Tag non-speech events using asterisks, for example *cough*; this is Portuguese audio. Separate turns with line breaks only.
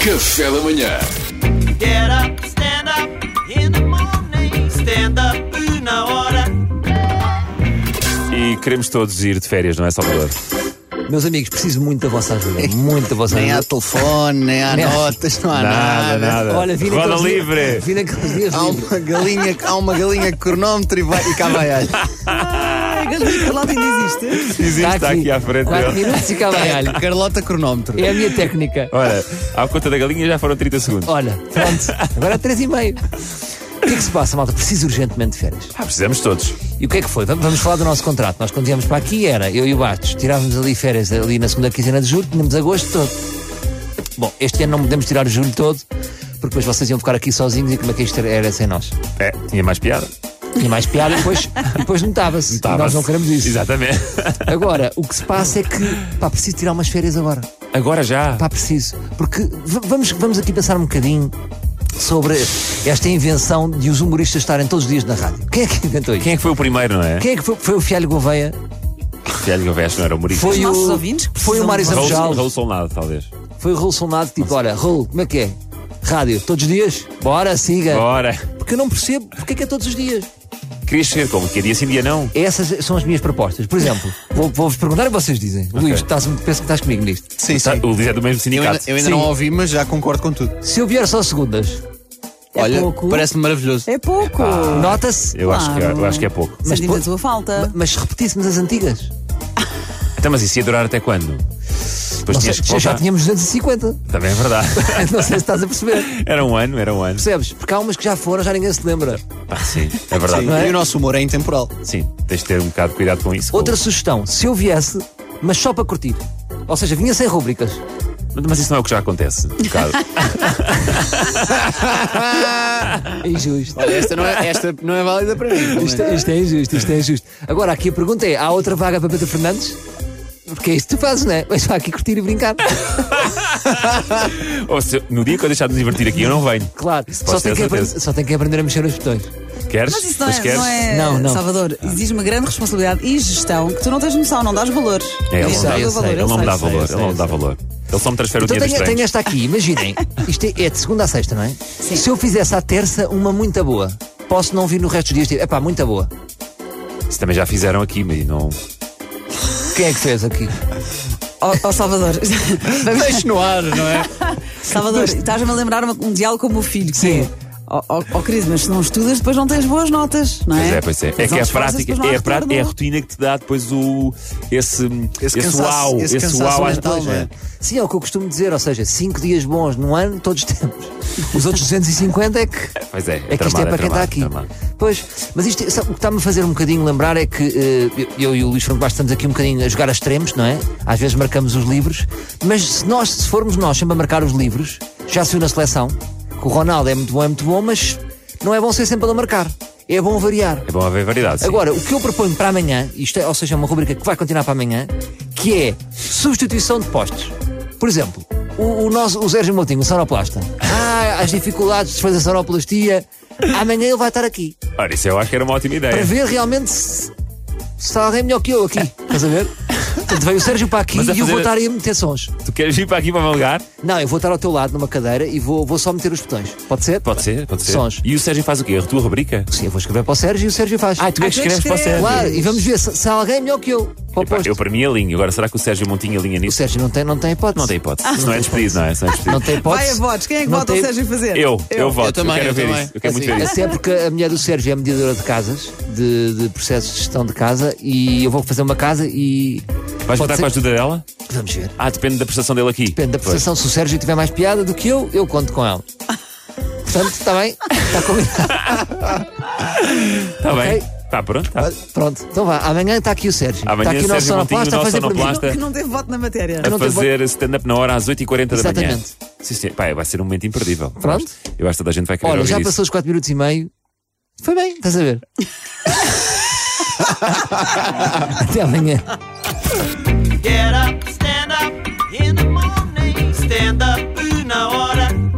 Café da manhã.
Get up, stand up in the morning. Stand up na hora.
E queremos todos ir de férias, não é, Salvador?
Meus amigos, preciso muito da vossa ajuda. Muito da vossa
Nem há
ajuda.
telefone, nem há notas, não há
Nada,
nada.
nada.
Olha, vi
Roda
naqueles dias-
livre!
Vi naqueles dias.
Há um
livres.
uma galinha, há uma galinha com cronómetro e, vai, e cá vai alho.
Ai, Galinha Carlota ainda existe.
Existe, está aqui à frente
4
dele.
minutos e acaba a alho.
Carlota cronómetro.
É a minha técnica.
Olha, à conta da galinha já foram 30
Oh.
segundos.
Olha, pronto. Agora há 3 e meio. O que é que se passa, malta? Preciso urgentemente de férias.
Ah, precisamos todos.
E o que é que foi? Vamos vamos falar do nosso contrato. Nós quando viemos para aqui era, eu e o Bastos, tirávamos ali férias ali na segunda quinzena de julho, tínhamos agosto todo. Bom, este ano não podemos tirar o julho todo, porque depois vocês iam ficar aqui sozinhos e como é que isto era sem nós?
É, tinha mais piada.
Tinha mais piada e depois, *laughs* e depois notava-se. E Nós não queremos isso.
Exatamente. *laughs*
Agora, o que se passa é que, pá, preciso tirar umas férias agora.
Agora já.
Pá, preciso. Porque v- vamos, vamos aqui pensar um bocadinho sobre esta invenção de os humoristas estarem todos os dias na rádio. Quem é que inventou isto?
Quem é que foi o primeiro, não é?
Quem é que foi, foi o Fialho Gouveia?
Fialho Gavés, não era humorista.
Foi
nossos
o,
ouvintes que
foi
precisam
o Mário
de
Raul, Raul
Zamujal.
Solnado, talvez.
Foi o Raul Solnado, tipo, olha, Raul, como é que é? Rádio, todos os dias? Bora, siga.
Ora,
Porque eu não percebo porque é que é todos os dias.
querias ser como? Que é dia sim, dia não?
Essas são as minhas propostas. Por exemplo, vou- vou-vos perguntar e vocês dizem. Luís, estás, penso que estás comigo nisto.
Sim, sim.
O Luís é do mesmo
Eu ainda,
sindicato.
eu ainda
Sim.
não ouvi, mas já concordo com tudo.
Se eu vier só segundas, é
Olha,
pouco.
parece-me maravilhoso.
É pouco.
Nota-se.
Ah, Eu acho, que,
Claro.
eu acho que é pouco.
mas
Mas ainda
pô-
a tua falta.
Mas se repetíssemos as antigas,
Então, mas isso ia durar até quando? Depois
não sei,
tinhas que
já, já
voltar.
tínhamos 250.
Também é verdade.
*laughs*
*laughs*
não sei se estás a perceber.
Era um ano, era um ano.
Percebes? Porque há umas que já foram, já ninguém se lembra.
Ah, sim, é verdade.
Sim,
não é?
E o nosso humor é intemporal.
Sim, tens de ter um bocado de cuidado com isso.
Outra sugestão, se eu viesse, mas só para curtir. Ou seja, vinha sem rúbricas.
Com- Mas isso não é o que já acontece. Um bocado.
É injusto.
Esta não é, esta não é válida para mim.
*laughs* Isto, isto é injusto, isto é injusto. Agora, aqui a pergunta é: há outra vaga para Pedro Fernandes? Porque é isso que tu fazes, não é? Mas vai aqui curtir e brincar.
Ou se, no dia que eu deixar de me divertir aqui, eu não venho.
Claro,
Isso
só
posso
tem,
ter
que aprender,
certeza.
só tem que aprender a mexer nos botões.
Queres?
Mas isso não é,
queres?
não é
Não, não.
Salvador.
Ah.
Exige uma grande responsabilidade e gestão que tu não tens noção, não dás valor.
É,
Não
ele,
dás
não dá,
sei, eu
valor,
sei,
ele não
ele
me dá
sabe.
valor.
sei,
ele não
eu
me dá
sei.
valor. Ele só me transfere o
Então
dinheiro
tenho,
dos
tenho
treinos.
esta aqui,
*laughs*
imaginem. Isto é, é de segunda a sexta, não é? Se eu fizesse à terça uma muita boa, posso não vir no resto dos dias. É pá, muita boa.
Isso também já fizeram aqui, mas não.
Quem é que fez aqui?
Ó ó, Oh,
*laughs*
Salvador,
Deixe no ar, não é?
Salvador, estás-me a lembrar uma- um diálogo com o meu filho. que é, Ó oh, querido, mas se não estudas, depois não tens boas notas, não é?
Pois é, pois é. É
Mas
que
não
é a
te esforças,
prática,
depois não
é a,
há
prática, é a
retorno.
rotina que te dá depois o. Esse. Esse,
cansaço-
uau.
esse
Esse,
cansaço
uau às
mental,
duas,
não é?
né?
Sim, é o que eu costumo dizer, ou seja, 5 dias bons num ano, todos temos. Os outros 250 é que.
Pois é, é
que isto é
tramado,
para
é
quem está
tramado,
aqui.
tramado.
Pois, mas isto, sabe, o que está-me a fazer um bocadinho lembrar é que eh, eu, eu e o Luís Franco Bastos estamos aqui um bocadinho a jogar a extremos, não é? Às vezes marcamos os livros, mas se nós, se formos nós sempre a marcar os livros, já se viu na seleção, que o Ronaldo é muito bom, é muito bom, mas não é bom ser sempre ele a marcar. É bom variar.
É bom haver variedade. sim.
Agora, o que eu proponho para amanhã, isto é, ou seja, é uma rubrica que vai continuar para amanhã, que é substituição de postos. Por exemplo, o, o nosso, o Sérgio Moutinho, o sonoplasta. Ah, as dificuldades de fazer sonoplastia. Amanhã ele vai estar aqui
Ora, isso eu acho que era uma ótima
para
ideia.
ver realmente se, se está alguém melhor que eu aqui. Estás a ver? Portanto, veio o Sérgio para aqui
Mas a
e eu vou
fazer-
estar aí a meter sons.
Tu queres ir para aqui para meu lugar?
Não, eu vou estar ao teu lado numa cadeira e vou, vou só meter os botões. Pode ser?
Pode ser, pode ser.
Sons.
E o Sérgio faz o quê? A tua rubrica?
Sim, eu vou escrever para o Sérgio e o Sérgio faz.
Ah, tu é que escreves para o Sérgio.
Claro, e vamos ver se, se há alguém melhor que eu. Para o
Epá,
posto.
eu para é mim alinho. Agora, será que o Sérgio Montinho alinha
O
nisso?
Sérgio não tem, não tem hipótese.
Não tem hipótese. Isso não é despedido, não é? Isso não é despedido.
Não tem hipótese.
Vai a votos, quem é que
Não
vota
tem-
o Sérgio fazer?
Eu, eu voto.
também,
quero
eu
ver
também.
isso. Eu quero muito ver
Assim,
isso.
até porque a mulher do Sérgio é mediadora de casas, de, de processos de gestão de casa, e eu vou fazer uma casa e.
Vais
Pode
contar
ser?
com a ajuda dela?
Vamos ver.
Ah, depende da prestação dele aqui.
Depende da prestação. Se o Sérgio tiver mais piada do que eu, eu conto com ela. Portanto, está bem? Está combinado.
*laughs* Está bem.
Ok.
Está pronto. tá.
Pronto, então vá. Amanhã está aqui o Sérgio.
Amanhã
está aqui
o Sérgio Montinho,
sonoplasta
o nosso
por mim.
sonoplasta.
Que não teve voto na matéria.
não
A
tenho
fazer stand-up na hora às 8h40 da manhã.
Exatamente.
Sim, sim. Pá, vai ser um momento imperdível. Eu
Pronto.
acho- Eu acho que toda a gente vai querer
Olha,
ouvir
já
isso.
passou os 4 minutos e meio. Foi bem, estás
*laughs*
a ver? Até amanhã.
Get up, stand up in the morning. Stand up na hora.